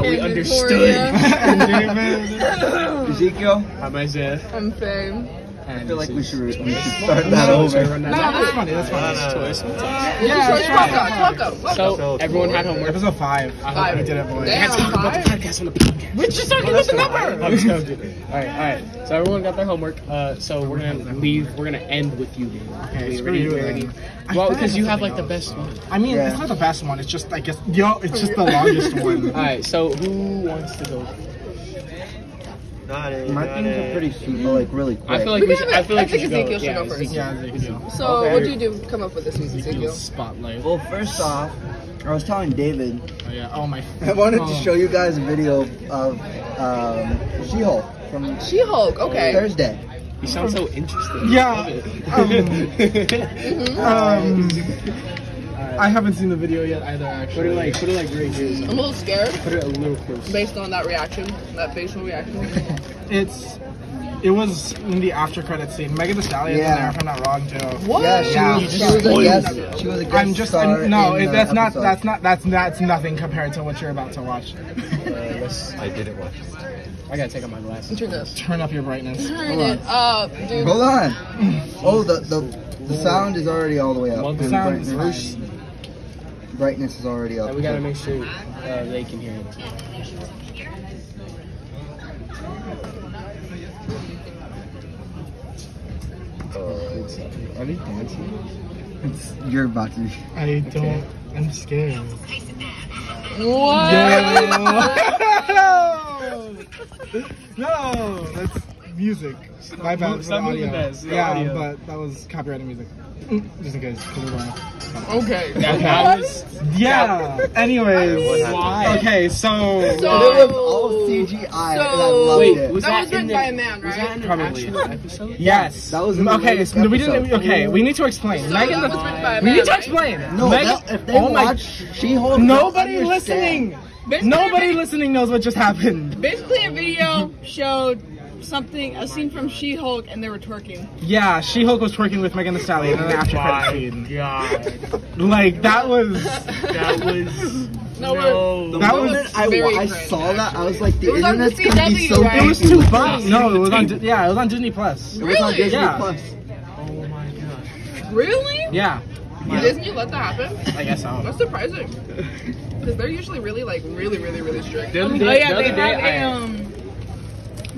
we and understood. Ezekiel, I'm Isaiah. I'm Faye. And I feel like we should, we should No, start that no, sorry, over. we're not- No, That's that's- funny. That's funny. It's choice. We'll talk. Yeah, yeah. Talk up, talk up. So everyone had homework. Episode five. I hope we did it, boys. Damn, Talk about the five. podcast on the podcast. We're just talking about the number. All right, all right. So everyone got their homework. Uh, so we're gonna leave. We're gonna end with you. Dude. Okay, We screw already- you we already- then. Well, because you have like the best one. I mean, Yeah. it's not the best one. It's just, I guess, yo, it's just the longest one. All right. So who wants to go? My things are pretty simple, like really quick. I feel like We we can should. have it- I feel like I think we should Ezekiel should go go first. Yeah, Yeah, Ezekiel. So, Okay. what'd you do? Come up with this week, Ezekiel. Ezekiel's spotlight. Well, first off, I was telling David Oh, yeah. Oh, my. I wanted to phone. show you guys a video of um, She-Hulk from She Hulk. Okay. Thursday. You sound so interested. Yeah, I love it. Um, I haven't seen the video yet either, put it actually. like, put it like right here. I'm a little scared Put it a little closer. based on that reaction, that facial reaction. It's. It was in the after credit scene. Megan Thee Stallion's Yeah. in there, if I'm not wrong, too. What? Yeah, she, Oh, Yeah. Was, she was a Spoiled. guest. She was a guest I'm just star. I'm, no. in It, the that's not. episode. That's not. That's that's nothing compared to what you're about to watch. I didn't watch this. I gotta take out my glasses. Turn this. Turn up your brightness. Turn it up, dude. Hold on. Oh, the the the sound is already all the way up. Well, the And sound is brightness, brightness is already up. And we gotta make sure uh, they can hear it. Are they dancing? It's- you're about to. I don't. I'm scared. What? no, that's music. My bad. Stop for moving audio. that, it's the yeah, audio. but that was copyrighted music. Just in case. 'cause we're wrong. Okay. That, that was Yeah. Anyways. why. Okay, so. So- It was all CGI, and I So- loved Wait, it. was That that, was in written the, by a man, Was right? that in an Probably. actual episode? Yes. That was in the okay. latest So we didn't. episode. Okay, we need to explain. So Megan, that the, was written by a we man, need to right? explain. No, Megan, that, if they oh my, watch She-Hulk, nobody they'll listening. understand. Nobody listening knows what just happened. Basically, a video showed something, a scene from She-Hulk, and they were twerking. Yeah, She-Hulk was twerking with Megan Thee Stallion in the after credits scene. God, Like that was that was No, we're. The That was moment I, very I great, saw that, I was like, the was on internet's the gonna be CW, so right? it was confused. too fun. No, it was on Di- yeah, it was on Disney Plus. It was on Really? Disney Yeah. Plus. Really? Yeah, Disney let that happen? I guess so. That's surprising. Because they're usually really, like, really, really, really strict. the other oh day. yeah, the they other day, have I, a um.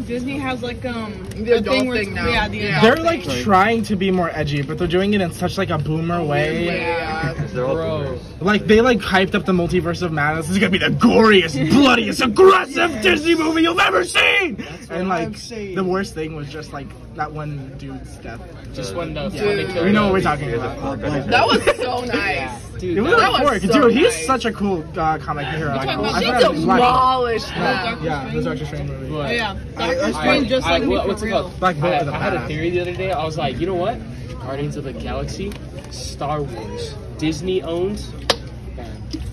Disney has like um The a adult where thing it's- now. Yeah, the Yeah. adult They're thing. like trying to be more edgy, but they're doing it in such like a boomer way. Yeah. They're all Bro. boomers. Like they like hyped up the multiverse of madness. This is gonna be the goriest, bloodiest, aggressive Disney movie you've ever seen. And like the worst thing was just like that one dude's death. just when the Yeah. when they Dude. killed We know what we're the- talking Here's a about. fuck up. That was so nice. Dude, It was That like was pork. so dude, nice. he's such a cool uh, comic hero. Like, talking about- I She forgot I was watching- demolished them. Yeah, the Doctor Strange movie. Oh, yeah, I- I- Doctor Strange just I- like me what- for what's it real. called? Black Bolt I, is a I had a badass. theory the other day. I was like, you know what? Guardians of the Galaxy, Star Wars, Disney owns.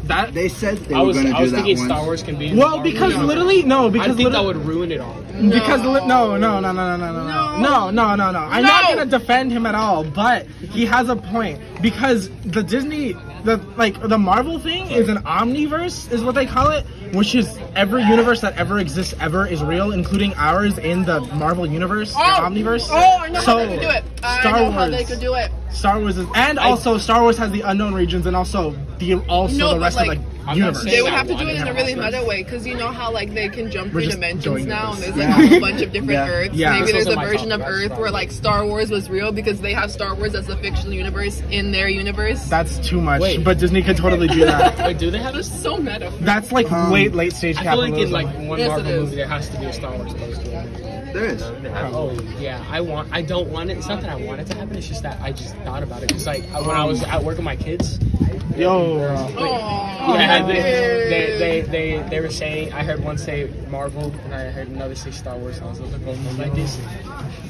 That They said they I were was gonna I was do that thinking once. Star Wars can be. in Well, Marvel because universe. literally, no, I because think that literally, would ruin it all. because li- no, no, no, no, no, no, no, no, no, no, no. I'm not No. gonna defend him at all, but he has a point because the Disney, the like the Marvel thing is an omniverse, is what they call it, which is every universe that ever exists ever is real, including ours in the Marvel universe, the omniverse. Oh, I know how so, they could do it. I Star know Wars, how they could do it. Star Wars, is, and also Star Wars has the unknown regions, and also the also No, the but, rest like, of the not universe. saying They would that have to do one it in a and really have meta way, because you know how like they can jump three just dimensions doing now, and this. there's like a whole bunch of different Yeah. Earths. Yeah. Maybe This there's wasn't a my version thought of process, Earth where like Star Wars was real because they have Star Wars as a fictional universe in their universe. That's too much, Wait. but Disney could totally do that. Wait, do they have a? That's so meta. That's like Um, late late stage I feel capitalism. like in like one Yes, Marvel it is. movie there has to be a Star Wars poster. There is. They have- Oh yeah, I want. I don't want it. It's not that I want it to happen. It's just that I just thought about it. Cause like when I was at work with my kids, Yo, Oh, Yeah, they, they, they, they, they were saying, I heard one say Marvel, and I heard another say Star Wars, and I was like, well, no, like this.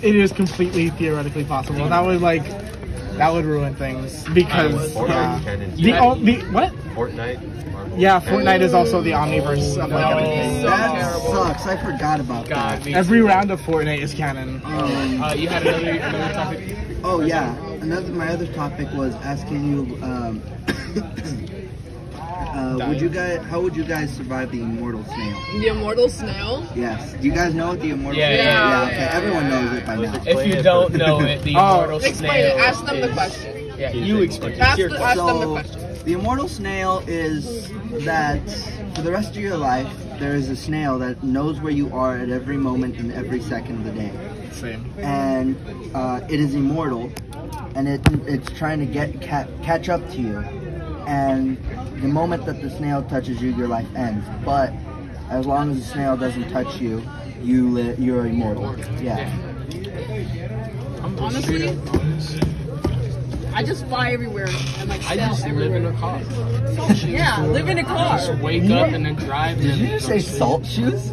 it is completely theoretically possible. That would like that would ruin things because Fortnite yeah. canon. the, o- the what? Fortnite. Marvel Yeah, canon. Fortnite is also the omniverse of like No. everything. That terrible. sucks. I forgot about God, me. Every round of Fortnite is canon. that. Um, Uh, you had another, another topic? oh yeah. Another my other topic was asking you um, Uh, would you guys? How would you guys survive the immortal snail? The immortal snail. Yes. Do you guys know what the immortal Yeah, snail? yeah, okay. yeah, Everyone yeah. knows it by now. If you don't know it, the Oh. immortal snail. Explain it. Ask them the is- question. Yeah, you explain. it. Ask It's your the- question. ask them the So, question. The immortal snail is that for the rest of your life, there is a snail that knows where you are at every moment and every second of the day. Same. And uh, it is immortal, and it, it's trying to get ca- catch up to you. And the moment that the snail touches you, your life ends. But as long as the snail doesn't touch you, you li- you're immortal. Yeah. Honestly, I just fly everywhere and like I sell just live in everywhere. a car. yeah, live in a car. Just wake up and then drive. and then go to sleep. shoes?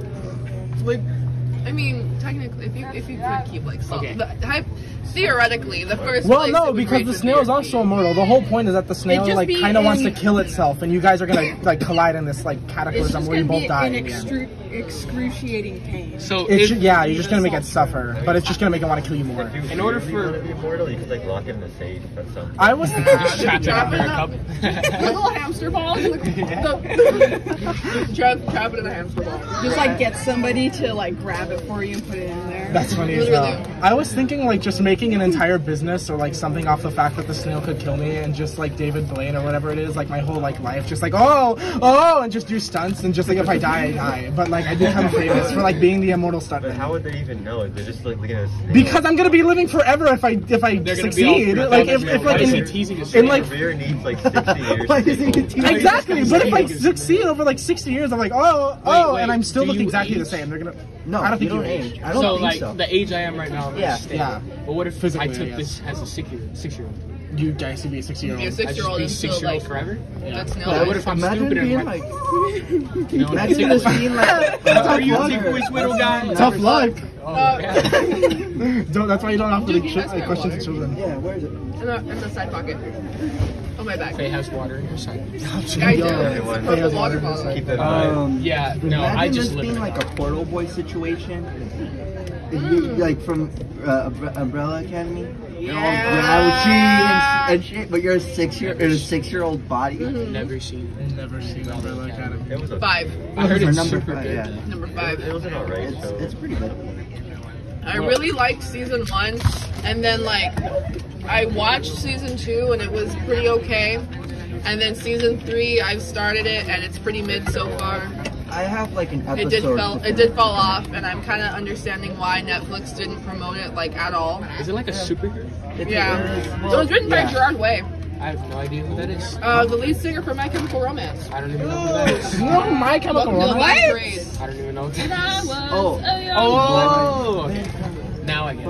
I mean, technically, if you if you could keep like salt, Okay. the, hy- theoretically, the first. Well, place it no, would because break the would snail be is your also feet. immortal. The whole point is that the snail just like be kind of wants to in- kill itself, and you guys are gonna like collide in this like It's just cataclysm where gonna you both be die. an in the end. excru- excruciating pain. So It if, should, yeah, you're just gonna make it suffer, but it's just gonna make it want to kill you more. In order for- to be immortal, you could like lock it in a cage or something. I was thinking, just trapped in a cup. Little hamster balls, like, the- Trap, trap it in a hamster ball. just like get somebody to like grab it for you and put it in there. that's funny as well. I was thinking like just making an entire business or like something off the fact that the snail could kill me, and just like David Blaine or whatever it is, like my whole like life, just like oh oh, and just do stunts, and just like if I die, I die. But like I become famous for like being the immortal But stuntman. how would they even know? They're just like looking at a snail. Because I'm gonna be living forever if I if I They're gonna be all succeed. freaked out Like as if, if well. like Why is in, he teasing us? in like career needs like 60 years. Why to is get he old. continuing? exactly. But if I succeed over like 60 years, I'm like oh oh, wait, and I'm still do looked you exactly the age? same. They're gonna No, I don't think you you don't age. age. I don't So think like so. the age I am right now, I'm Yeah, stable. yeah. But what if I Physically, took yes. this as a six year six year old? you guys to be a 60 year Be a old. I six year just old be and still six year like old forever. that snail. But is- what if I'm Imagine stupid being and like, like, you know, that's imagine it. this being like Are you luck. a Ticklish Whittle guy? Tough luck. Uh, Don't- that's why you don't have to Dude, like, he chi- has like, that question water. to children. Yeah, where is it? in, the, in the side pocket. Oh my back. Faye has water in her side. I do. Yo, It's a Faye has purple water water. bottle. Keep that in mind. Um, yeah, no, imagine I just this live being in like a a Portal Boy situation. If you- like from uh, Umbre- Umbrella Academy, you're all grouchy Yeah. and, and shit, but you're a six year in a six year old body. never seen. Never seen Umbrella Academy. it was a, Five. I heard For it's number super five, good. yeah. Number It five. was an alright It's show. it's pretty good. I really liked season one, and then like I watched season two, and it was pretty okay. And then season three, I've started it, and it's pretty mid so far. I have like an episode. It did fall. to It did finish. fall off, and I'm kind of understanding why Netflix didn't promote it like at all. Is it like a superhero? It's Yeah. a- So it was written by yeah. Gerard Way, I have no idea who that is. uh, the lead singer from My Chemical Romance. I don't even know who that is. No, my chemical Welcome to the Romance. ninth grade. I don't even know. Who that is. Oh, Oh, now I get. It.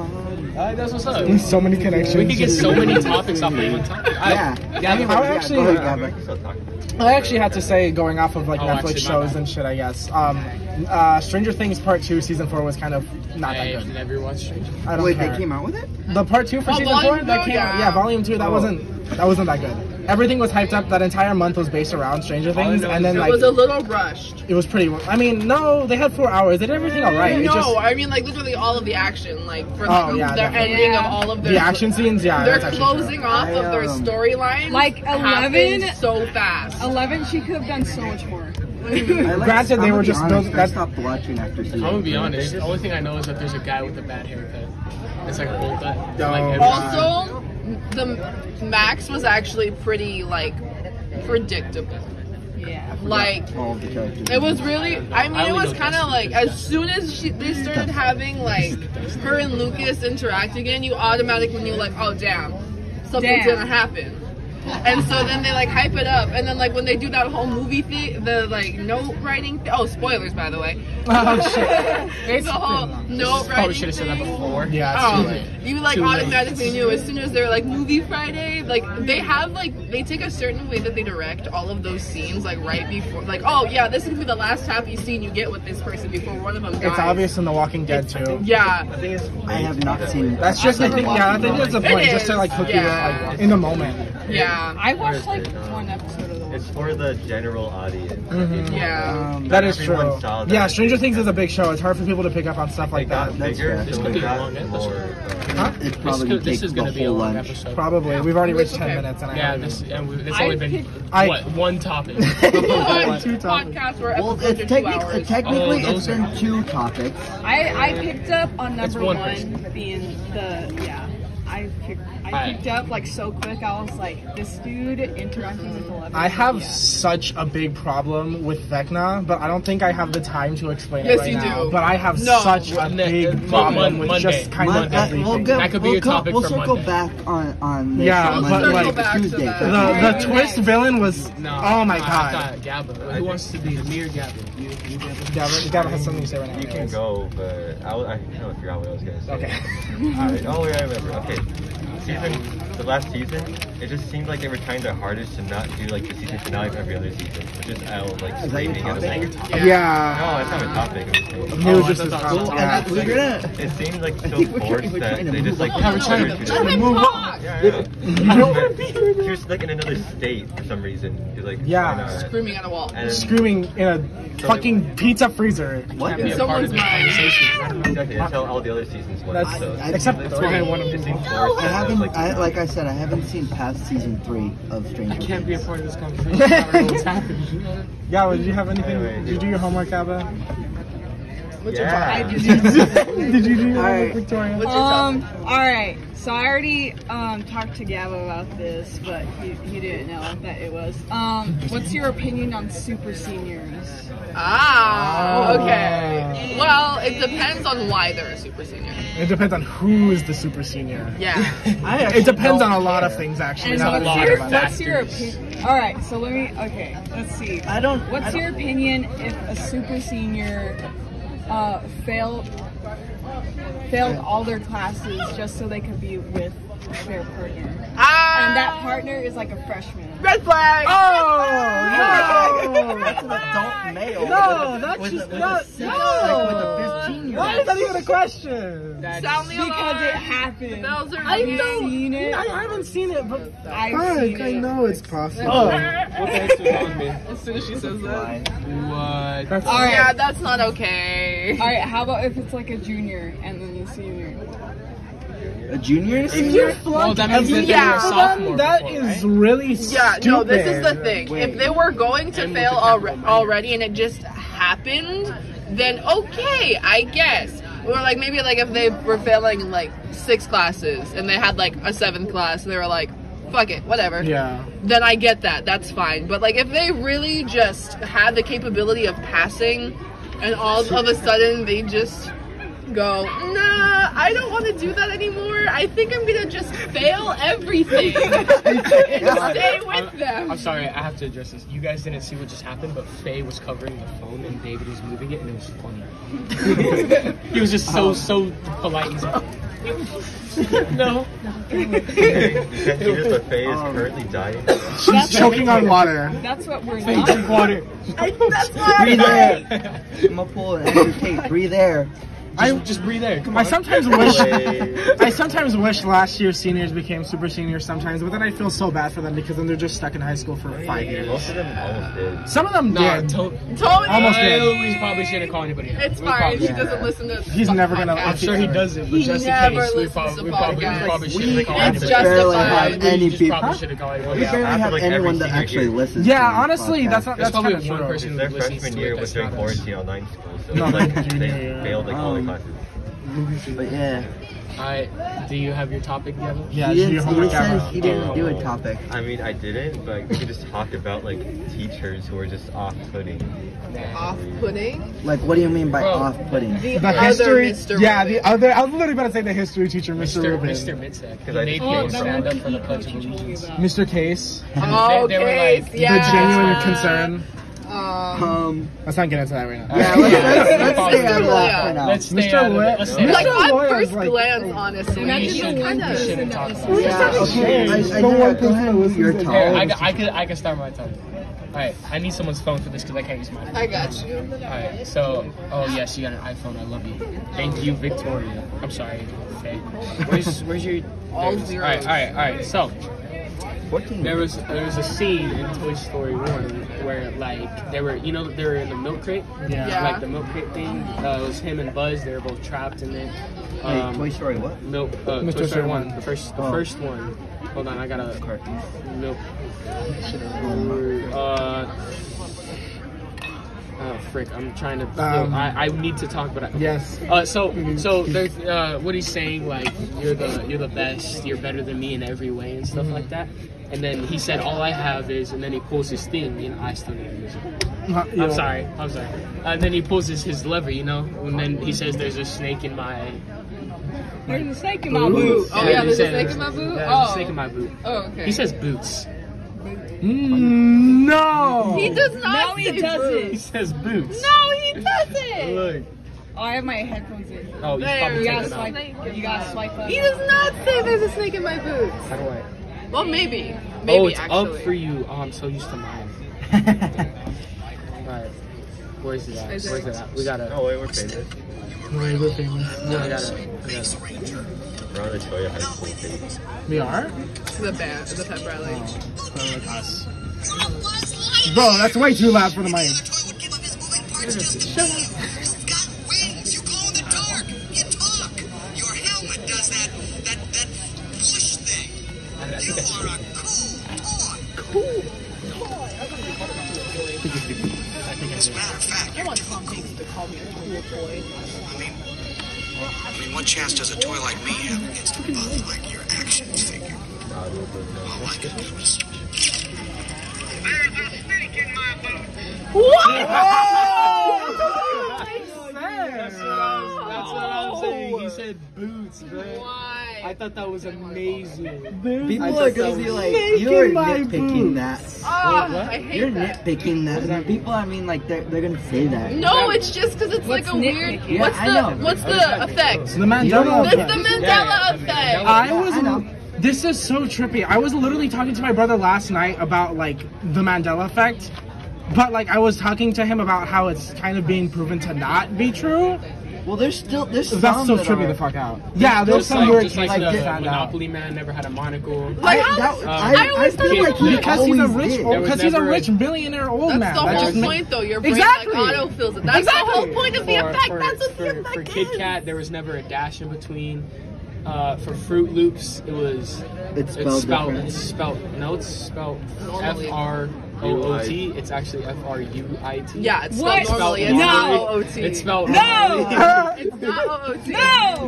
Alright, that's what's up. So many connections. We could get so many topics off of one topic. I- yeah. Gabby, how Yeah, actually- go ahead, I Gabby. mean, we can still talk about it. I actually had to say, going off of like Oh, Netflix actually, my shows bad. and shit, I guess. Um, uh, Stranger Things Part Two, Season Four was kind of not that I've good. never watched Stranger. Things. I don't Wait, care. they came out with it? The Part Two for Oh, Season Volume Four that Two, came out. yeah. Oh. Yeah, Volume Two. That wasn't that wasn't that good. Everything was hyped up. That entire month was based around Stranger Things, no, and then it It like was a little rushed. it was pretty. I mean, no, they had four hours. They did everything all right. It no, just, I mean like literally all of the action, like for like, Oh, yeah, the definitely. ending Yeah. of all of their the action scenes. Yeah, They're that's actually true. closing off of their I, um, storyline Like 11? so fast. Eleven, she could have done so much more. I like- Granted, they I'm gonna were be just honest, built- I that- stopped watching after season. I'm gonna be three. honest. The only thing I know is that there's a guy with a bad haircut. It's like a bowl cut. No. Like every- Also, the Max was actually pretty like predictable. Yeah. Like All of the characters. it was really. I mean, I it only was know kind of Dustin. like as soon as she, they started having like her and Lucas interact again, you automatically knew like, oh damn, something's Damn. gonna happen. And so then they like hype it up, and then like when they do that whole movie thing, the like note writing. Thi- oh, spoilers by the way. Oh shit. the whole note probably writing should have said that thing. before. Yeah, it's too late. Oh, you like Too late. automatically knew as soon as they're like movie Friday. Like they have like they take a certain way that they direct all of those scenes like right before. Like oh yeah, this is gonna be the last happy scene you get with this person before one of them dies. It's obvious in The Walking Dead too. Yeah, I think it's I have not seen. That's just I think yeah, I think that's the It point. Just to is, like hook you yeah. up like in the moment. yeah. I watched like one episode of the it's for the general audience. Mhm. Yeah. Um, That is Everyone true. saw that. Yeah, Stranger Things is a big show. It's hard for people to pick up on stuff It like got that. that's bigger, fair. so This it could be a long got episode. more. Huh? it's This, probably could, take this is the going to be a whole long lunch. episode. Probably. We've already It's reached 10 okay. minutes. And I Yeah, haven't- this and we, it's I only been picked- I- what one topic. One Two topics. podcast where Well, episodes it's are two technically, hours. technically Oh, it's those are- been two topics. I, I picked up on That's number one one, person. being the yeah. I picked I Alright. picked up like so quick. I was like, this dude interacting with celebrities. I have yeah. such a big problem with Vecna, but I don't think I have the time to explain it Yes, right you now. do. But I have No. such a Mon- big Mon- problem with Monday. just kind Mon- of uh, everything. we'll go, That could be we'll a co- topic We'll for circle Monday. back on on this Yeah, Monday, but, We'll circle like, back to Tuesday. that. the Alright, the twist next. villain was No. oh I- my I god. thought Gabba. Who wants to be the mere Gabba? You, you Gabba? Gavin, Gavin has something to say right now. You can go, but I, was- I kind of forgot what I was gonna say. Okay. Alright, oh yeah, I remember. Okay, season, the last season, it just seemed like they were trying their hardest to not do like the season finale of every other season, which is I was like your screaming at the topic? wall. Yeah. No, it's not a topic. I'm just kidding. It was Oh, just I his thought that comment. was- Yeah. We're gonna. It seemed like I so think we're trying- forced we're trying that to they move just like. on. Yeah, we're trying to- Yeah, Let him Move talk. yeah, yeah. I don't wanna be here. She was like in another state for some reason. You're like, Yeah. why not? Screaming at a wall. And Screaming in a fucking pizza freezer. What? Be a part Someone's of the mind. conversation. Exactly, that's how all the other seasons went. That's- so. I- Except It that's why I seemed- want to it move seemed on. forced I and was haven't, like, I, like I said, I haven't seen past season three of Stranger I Things. can't be a part of this conversation. I don't know what's happening. Gavin, did you have anything? Anyway, Did you do your homework, Gavin? yeah. did you do your All right. homework, Victoria? Um. All right. So I already um talked to Gab about this, but he, he didn't know that it was. Um. What's your opinion on super seniors? Ah, Oh. okay. Well, it depends on why they're a super senior. It depends on who is the super senior. Yeah. it depends on a lot of things, actually. And Not a what's lot your, of what's your opinion? All right. So let me. Okay. Let's see. I don't. I What's don't- your opinion if a super senior uh, failed failed all their classes just so they could be with their partner, Ah, and that partner is like a freshman? red flag. Oh That's an adult male. no, that's with just a, not. With a, No, Like with a 15 year why is that even a question? Oh, Sound the Because it alarm. happened. Bells are I've ringing. seen it. I haven't seen it, but I've seen fuck, I it. know it's possible. What the heck's wrong with me? As soon as she says that. What? That's All right. Yeah, that's not okay. All right. How about if it's like a junior and then a senior? A junior and a If you senior? flunked that means every that they were year a for sophomore them, that before, is really Yeah, stupid. no, this is the thing. If they were going to And fail with the alre- capital minor. already and it just happened, then okay, I guess. Or like maybe like if they were failing in like six classes and they had like a seventh class and they were like, fuck it, whatever. Yeah. Then I get that. That's fine. But like if they really just had the capability of passing and all of a sudden they just go, nah, I don't want to do that anymore. I think I'm gonna just fail everything and stay with them. I'm sorry, I have to address this. You guys didn't see what just happened, but Faye was covering the phone and David was moving it, and it was funny. he was just so so polite. He's like, no. You guys see this, but Faye is Um, currently dying. She's choking on water. That's what we're They not. drink water. Breathe air. I'm gonna pull an Andrew Tate. Breathe air. I just breathe there. Come I on. sometimes wish Wait. I sometimes wish last year's seniors became super seniors sometimes, but then I feel so bad for them because then they're just stuck in high school for five years. Most of them almost did. Some of them Nah, did. to- Tony! Almost did. We probably shouldn't call anybody. out. It's We fine. probably- He doesn't listen to. He's never gonna- I'm sure he does it, but He just in never case, we listens probably, to we probably, we podcasts. probably We shouldn't call It's anybody. out. barely justified. have any We just people. probably shouldn't call We anybody. barely out. after, have like, anyone every that senior actually year. listens. Yeah, to this honestly, podcast. that's not There's that's probably kind of one true. person Their who listens freshman to year it was that's during not us. quarantine online school, so No, it's like junior they year. failed like all the Um, classes. But yeah, Alright, do you have your topic, Gavin? Yeah, he, she didn't, hung he up on says us. he didn't do a topic. Um, I mean, I didn't, but we could just talk about like teachers who are just off-putting. Uh, Off-putting. Like, what do you mean by Bro. off-putting? The, the other history. Mr. Yeah, Rubin. the other. I was literally about to say the history teacher, Mr. Mr. Rubin, Mr. Mitzek. He Because I made Oh, people that stand up for the Pledge of Allegiance. About. Mr. Case, Oh, They- they were okay, like, yeah. the genuine concern. Um, Um, Let's not get into that right now. yeah, let's, Yeah. let's, let's stay Let's out of do that it. for now. Let's stay Mr. out of Lit- it. Let's stay Mr. out like of it. on lawyer's first like- glance, honestly, Imagine you the should one kind We of. shouldn't talk about Yeah. it. Yeah, okay. I, I, The one I, person who listens your to- topic. Here, I, got- I could I can start my topic. Alright, I need someone's phone for this because I can't use mine. I got you. Alright, so, oh yes, you got an iPhone, I love you. Thank you, Victoria. I'm sorry, Faye. Where's, where's your... All there it is. zeros. Alright, alright, alright, so, 14. There was there was a scene in Toy Story One where like they were you know they were in the milk crate Yeah. Yeah. like the milk crate thing uh, it was him and Buzz they were both trapped in it. Wait, Um, Toy Story what? Milk uh, Mr. Toy Story Sherman. One the first the Oh. first one. Hold on, I gotta Cartoons. milk. Uh, oh frick, I'm trying to. Um, I, I need to talk, but I, Yes. uh, so Mm-hmm. so there, uh, what he's saying like you're the you're the best you're better than me in every way and stuff Mm-hmm. like that and then he said all I have is and then he pulls his thing you know I still need to use it I'm sorry I'm sorry and then he pulls his, his lever you know and then he says there's a snake in my There's a snake in my boot. Oh yeah, he there's a said, snake in my boot. yeah, there's a Oh. snake in my boot Oh okay. he says boots Mm, no. He does not. No, he say doesn't. boot. he says boots No, he doesn't. look Oh, I have my headphones in. oh you There, probably You taking we gotta it out. swipe. You gotta swipe up. He does not say there's a snake in my boots. how do I Well, maybe. Maybe oh it's actually. up for you oh I'm so used to mine Alright. Where's it at? Is it- Where's it at? We gotta. No way, we're famous. I gotta. I gotta. We're on the Toya High School page. We are. The band, the pep rally. Bro, that's way too loud for the mic. I want Tom Hanks to call me a cool boy. I mean, what chance does a toy like me have against a buff like your action figure? Oh my goodness. There's a snake in my boot. That's what I was. That's what I was saying. He said boots, bro. Why? I thought that was amazing. I People thought are gonna that be was- like, Snake you're in my nitpicking boot." that. Ah, Wait, what? I hate You're that. nitpicking that. And people, I mean, like, they're, they're gonna say that. No, it's just because it's What's like a weird. nitpicking? What's Yeah, the I know. what's the effect? The Mandela That's effect. the Mandela Yeah, effect. I Yeah, was. I know. this is so trippy. I was literally talking to my brother last night about like the Mandela effect, but like I was talking to him about how it's kind of being proven to not be true. Well, there's still, there's some That's so that trippy are- the fuck out. Yeah, there's Just some like, weird just like, kids the that found out. Monopoly man never had a monocle. Like, I- how- that- I I, always thought it feel like he was- Because he's a always rich, did. There was because he's a never a- rich billionaire old That's man. the That whole just ma- point, though. Your brain Exactly. like auto fills it. That's the whole Exactly. point of the for, effect. for- That's what the for- effect for is. Kit Kat, there was never a dash in between. Uh, for Fruit Loops, it was It's it's spelled spelled different. it's spelled no, it's spelled F Normally. R O O T. It's actually F R U I T. Yeah, it's What? spelled It's spelled normally. normally. It's not OOT. It's spelled Ah! It's not OOT.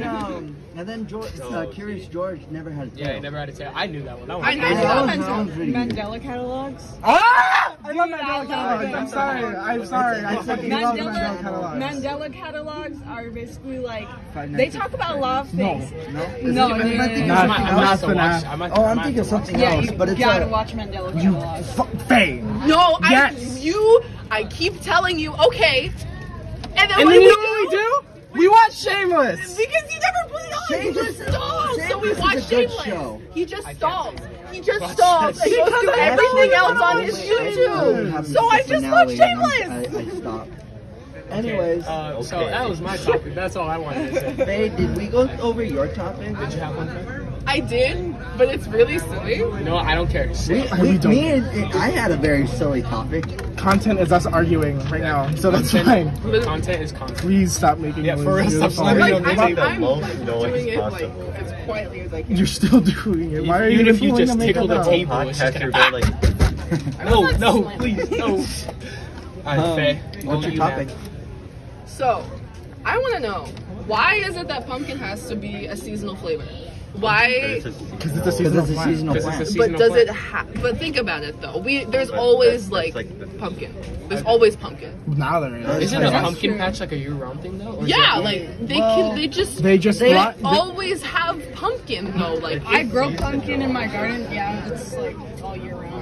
No. Um, and then George, uh, Curious George never had a tail. Yeah, he never had a tail. I knew that one. That one. I knew Yeah, that that one. was- that was really good. Mandela catalogs. Ah! I love Dude, Mandela I love catalogs. I'm Mandela sorry. I'm sorry. I fucking love Mandela- Mandela catalogs. Mandela catalogs are basically like Five they nights talk at about a lot of No. things. No, Is it- am No, I no, no, thinking no, I Not- of might, I might something not have else? to FNAF. watch. I might, Oh, I I'm might thinking have to of watch. something Yeah, else, you but it's uh, gotta a- watch Mandela You catalogs. f- fame. No, I Yes. you I keep telling you, okay. And then what And then do you we know what we do? We watch Shameless. Because you never put it on, he Shameless just is- stalls. So we Shameless is a watch good Shameless. show. He just can't stalls. He just Watch stalls that and shit. goes through Because I everything actually else on don't his know it. YouTube. So I just watch watched Shameless. I, I stopped. Anyways, Uh, so Okay. that was my topic. That's all I wanted to say. Faye, did we go over your topic? Did you have one? Faye? I did, but it's really silly. No, I don't care. We, Sit. we, We don't. me and, and I had a very silly topic. Content is us arguing right now, so that's fine. Content is content. Please stop making Yeah, noise. for real, You're stop the slamming father. your I'm, make the I'm most like, noise doing it like possible. as quietly as I can. You're still doing it. Why are you Even if you going to just make tickle it the up? table. it's just Podcast, you're gonna- going like, No, no, please, no. Alright, Um, Faye, what's go your you now. topic? So, I want to know why is it that pumpkin has to be a seasonal flavor? Why? because Because it's a Because seasonal it's a plant. seasonal Because it's a plant. seasonal But does plant. it have? But think about it though. We there's But always that's- that's like like the- pumpkin. There's always pumpkin. Now there is. Isn't a That's pumpkin true. patch like a year-round thing though? Or is Yeah, it- like they Well, can. They just They just they brought. they- always have pumpkin though. Like I grow pumpkin in my garden. Yeah, it's like all year round.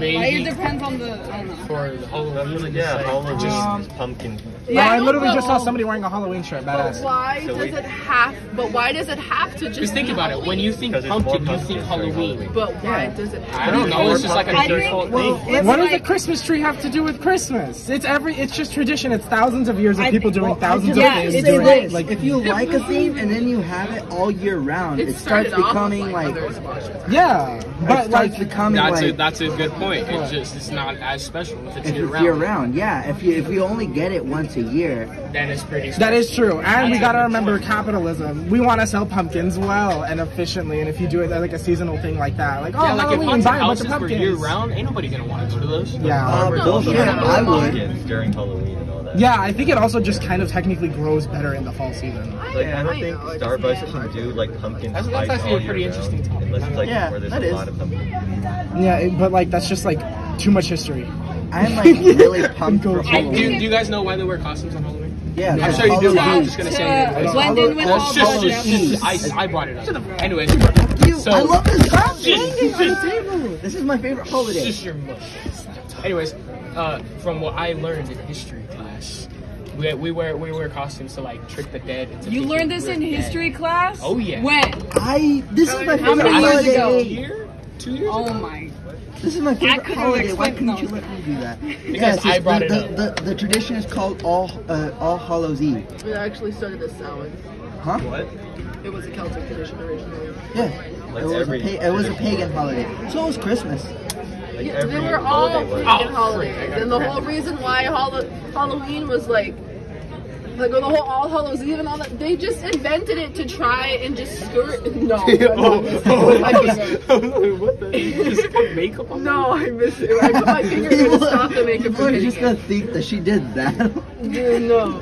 Maybe. Like, it depends on the. I don't know. for the Halloween. it's yeah, like, Halloween just- Um, just pumpkin. Yeah, I don't literally know. just saw somebody wearing a Halloween shirt. Badass. Why So does wait. it have? But why does it have to just? Just think be about it. When you think Because it's more pumpkin, you pumpkin think during Halloween. But why does it? I Have don't know. It's just like I a default think- well, thing. It's What does like- the Christmas tree have to do with Christmas? It's every. It's just tradition. It's thousands of years of I people think- doing well, I thousands just- of yeah, things. it's doing a it. race. Like, If you like a theme and then you have it all year round, it, starts started off becoming with, like, other squashes. yeah, it but starts like, becoming That's a like that's a good point. It just it's not as special if it's if year it's year round. round. Yeah, if you if you only get it once a year, Then it's pretty. Special. that is true. And we That's gotta a good remember point. capitalism. We want to sell pumpkins well and efficiently. And if you do it like a seasonal thing like that, like oh, Yeah, like if Halloween, haunted buy a bunch houses of were pumpkins. year round, ain't nobody gonna want to go to those. Yeah. uh, those Those are I would. pumpkins during Halloween and all that. Yeah, I think it also just kind of technically grows better in the fall season. Like I don't think know, it's- Starbucks can do like pumpkin That's- spice that's actually all a year pretty round, interesting topic. unless it's like Yeah, where there's that a is. lot of pumpkin. Yeah, it, but like that's just like too much history. I'm like really pumped for I, do, do Halloween. you guys know why they wear costumes on Halloween? Yeah, I'm because sure you do. I'm Halloween- just gonna To say it. blend in with all That's the just, just, other- just I, I brought it up. Anyways, You- so I love this crap Just- hanging on the table. This is my favorite It's holiday. just your mother. Anyways, uh, from what I learned in history class, we, we wear we wear costumes to like trick the dead. Into You thinking learned this we're in dead. history class? Oh, yeah. When? I this is my How favorite many years ago? holiday. Year, two years. Oh ago? my. This is my favorite couldn't holiday. Why couldn't explain you those. let me do that? Because I brought the, it the, up. The, the tradition is called All uh, All Hallows Eve. It actually started as Samhain. Huh? What? It was a Celtic tradition originally. Yeah. Like it was every- a pa- it was a every- pagan holiday. So was Christmas. Like Yeah, every they were all holiday was. pagan Oh, freak, holidays, I gotta and the grab whole it. reason why Hall- Halloween was like, like the whole All Hallows Eve and all that, they just invented it to try and just skirt. No, I Oh. missed it. I missed it. what the? You just put makeup on. no, I missed it. I put my finger in to stop the makeup People from are hitting just gonna it. think that she did that. Dude, no.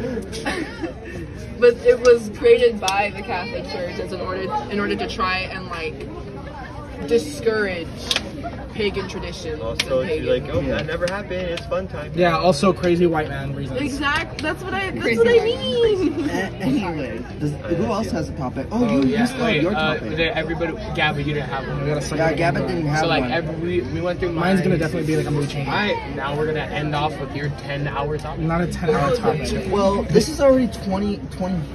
but it was created by the Catholic Church as an order in order to try and like discourage pagan traditions. Also, and she's pagan. like, oh, that never happened. It's fun time. Yeah, also crazy white man reasons. Exact. That's what I. That's Crazy what I word. mean. A- anyway, does, who else has a topic? Oh, Oh you, yeah. you still have Wait, your uh, topic. there, everybody, Gabby, you didn't have one. We gotta suck yeah, it Gabby in, didn't have So like one. every we, we went through mine. Mine's gonna definitely be like a mood All changer. right, now we're gonna end off with your ten hour topic. Not a 10 hour topic. well, this is already 20, 20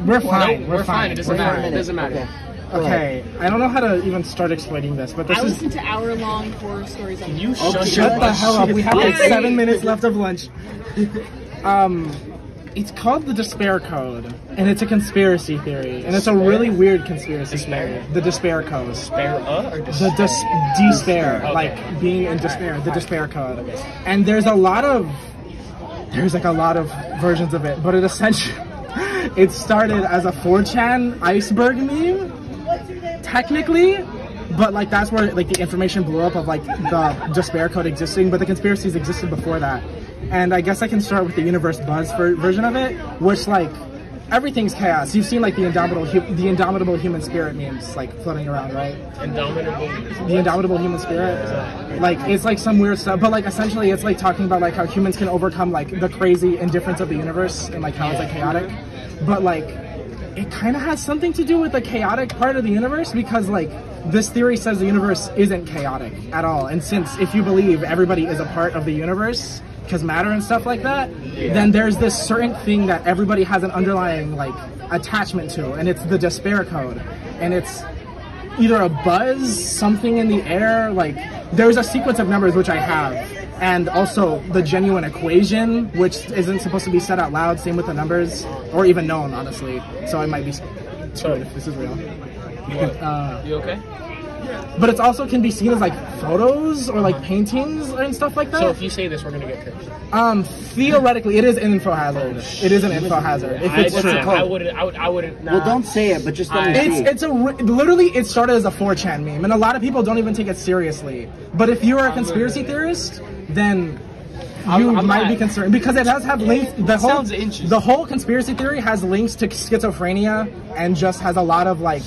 We're 20 fine. Nope, we're we're fine. It fine. We're doesn't not matter. in It doesn't matter. Okay. Go ahead. Okay, I don't know how to even start explaining this, but this I is. listen to hour long horror stories on You shut, Okay. your Shut the hell up. We have like Yay. seven minutes left of lunch. Um, it's called the Despair Code, and it's a conspiracy theory, and it's a really weird conspiracy theory. The Despair Code. Bear up or just The des- despair, Okay. like being in despair, the despair code. And there's a lot of there's like a lot of versions of it, but it essentially it started as a 4chan iceberg meme, technically, but like that's where like the information blew up of like the despair code existing, but the conspiracies existed before that. And I guess I can start with the universe buzz ver- version of it, which like everything's chaos. You've seen like the indomitable hu- the indomitable human spirit memes like floating around, right? indomitable. the indomitable human spirit like it's like some weird stuff but like essentially it's like talking about like how humans can overcome like the crazy indifference of the universe and like how it's like chaotic but like it kind of has something to do with the chaotic part of the universe because like this theory says the universe isn't chaotic at all and since if you believe everybody is a part of the universe because matter and stuff like that then there's this certain thing that everybody has an underlying like attachment to and it's the despair code and it's either a buzz, something in the air. Like there's a sequence of numbers which I have, and also the genuine equation, which isn't supposed to be said out loud. Same with the numbers, or even known, honestly. So I might be screwed if this is real. Uh, You okay? but it's also can be seen as like photos or like paintings and stuff like that. So if you say this, we're gonna get cursed. um, theoretically, it is an info hazard. It is an info hazard. If it's I, true. I, I wouldn't. I would. I wouldn't. Nah. Well, don't say it, but just let me see. It's it's a re- literally it started as a 4chan meme, and a lot of people don't even take it seriously. But if you're a conspiracy theorist, then you I'm might not- be concerned because it does have links. The whole sounds interesting. the whole conspiracy theory has links to schizophrenia, and just has a lot of like,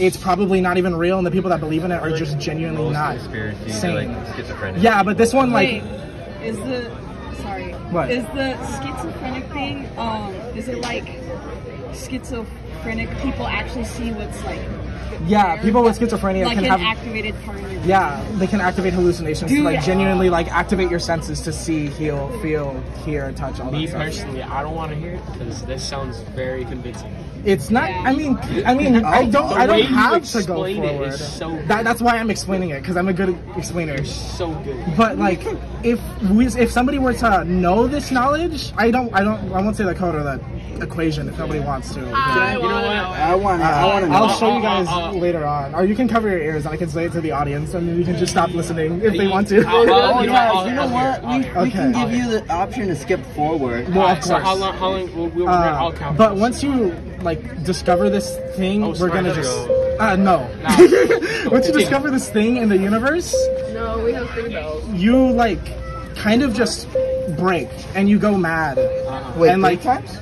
it's probably not even real, and the people that believe in it are just genuinely Most not conspiracies are, sane. like schizophrenic. Yeah, but this one like. Wait, is the sorry? What? Is the schizophrenic thing? Um, is it like schizophrenic people actually see what's like. Yeah, there. people with schizophrenia like can an have. activated part of your yeah, they can activate hallucinations to Dude. like genuinely like activate your senses to see, heal, feel, hear, touch, all Me that stuff. personally, I don't want to hear it because this sounds very convincing. It's not. Yeah. I mean, I mean, I don't. Oh, the I way don't you have to go explain it forward. is so that, that's why I'm explaining it because I'm a good explainer. So good. But like, if we, if somebody were to know this knowledge, I don't, I don't, I won't say the code or the equation if nobody wants to. I You know wanna what? know it. I want. to I want to know. I'll show you guys Uh, uh, uh. later on, or you can cover your ears and I can say it to the audience, and then you can just stop listening if they want to. I'll- I'll- Oh, you know yeah, what? you know I'll- what? I'll We, hear. we can Okay. give you the option to skip forward. well, Alright, of so course. how long? How long? We'll, we'll, I'll Uh, count. but once you like discover this thing, Oh, we're gonna smart. just uh, no. No. once you Continue. discover this thing in the universe, No, we have three bells. you like kind of just break and you go mad. Uh-huh. Wait, And, three like- times?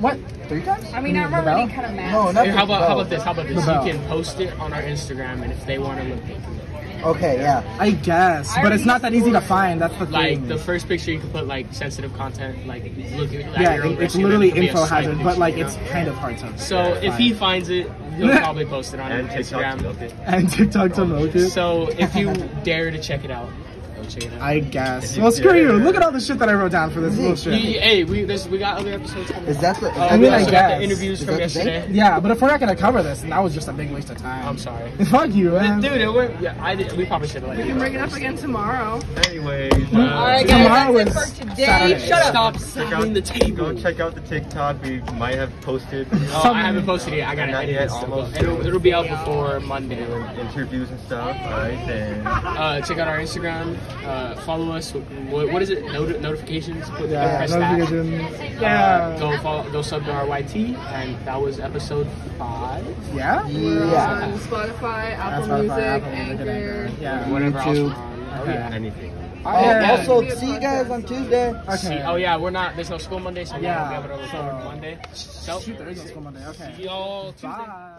What? Three times? I mean, I Mm, remember Lavelle? being kind of mad. No, not Here, how the about how bell. about this? How about this? The bell. You can post it on our Instagram, and if they want to look, they can look. Oh, Okay, yeah. I guess, I but it's already not that easy to scored. find. That's the Like thing. the first picture, you can put like sensitive content, like look at yeah, your it- own it's risk, and literally it could be a info slight hazard, picture, but like you it's know? kind of hard to. So if he finds it, he'll probably post it on And TikTok Instagram. to milk it. and TikTok to milk it. So if you dare to check it out, go check it out. I guess. Well, screw you. Look at all the shit that I wrote down for this You- bullshit. you- hey, we there's, we got other episodes coming. Is that the? is Uh, that mean, the- I we also got guess. the interviews Is from that the date? yesterday. Oh, Yeah, but if we're not gonna cover this, then that was just a big waste of time. I'm sorry. Fuck you, man. Dude, it went, yeah, I did, we probably should have let We you can know. bring it up again tomorrow. Mm-hmm. Anyways, uh, Alright, Tomorrow guys, that's is it for today. Saturday. Shut up. Stop check out slapping the table. Go check out the TikTok. We might have posted Oh, I haven't posted it. yet. I gotta Not edit yet, it. still, almost. but It'll, it'll be out before Monday. interviews and stuff. Alright, and Uh, check out our Instagram. Uh, follow us. What, what is it? Noti- notifications. Put, Yeah, press that. notifications. Uh, Yeah. go follow, go sub to our YT, and that was episode five. Yeah. Yeah. On Spotify, Apple Spotify, Music, Apple Music, and Anchor. Yeah. Whatever else. YouTube. we're on. Oh yeah. anything. Oh, Yeah. Also, see you guys on Tuesday. See, Okay. oh E. yeah. We're not. There's no school Monday, so yeah, we'll Yeah, be able to record so- Monday. So Shoot, there is a school Monday. Okay. E. y'all Tuesday. Bye.